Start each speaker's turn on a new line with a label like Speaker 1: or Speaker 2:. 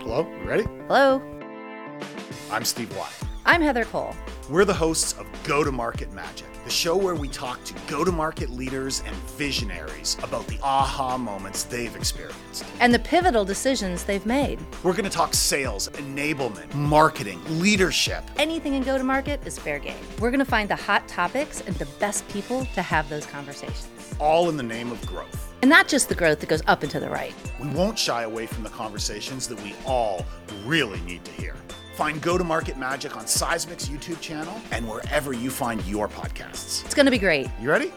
Speaker 1: Hello, you ready?
Speaker 2: Hello,
Speaker 1: I'm Steve Watt.
Speaker 2: I'm Heather Cole.
Speaker 1: We're the hosts of Go to Market Magic, the show where we talk to go to market leaders and visionaries about the aha moments they've experienced.
Speaker 2: And the pivotal decisions they've made.
Speaker 1: We're going to talk sales, enablement, marketing, leadership.
Speaker 2: Anything in go to market is fair game. We're going to find the hot topics and the best people to have those conversations.
Speaker 1: all in the name of growth.
Speaker 2: And not just the growth that goes up and to the right.
Speaker 1: We won't shy away from the conversations that we all really need to hear. Find Go to Market Magic on Seismic's YouTube channel and wherever you find your podcasts.
Speaker 2: It's going to be great.
Speaker 1: You ready?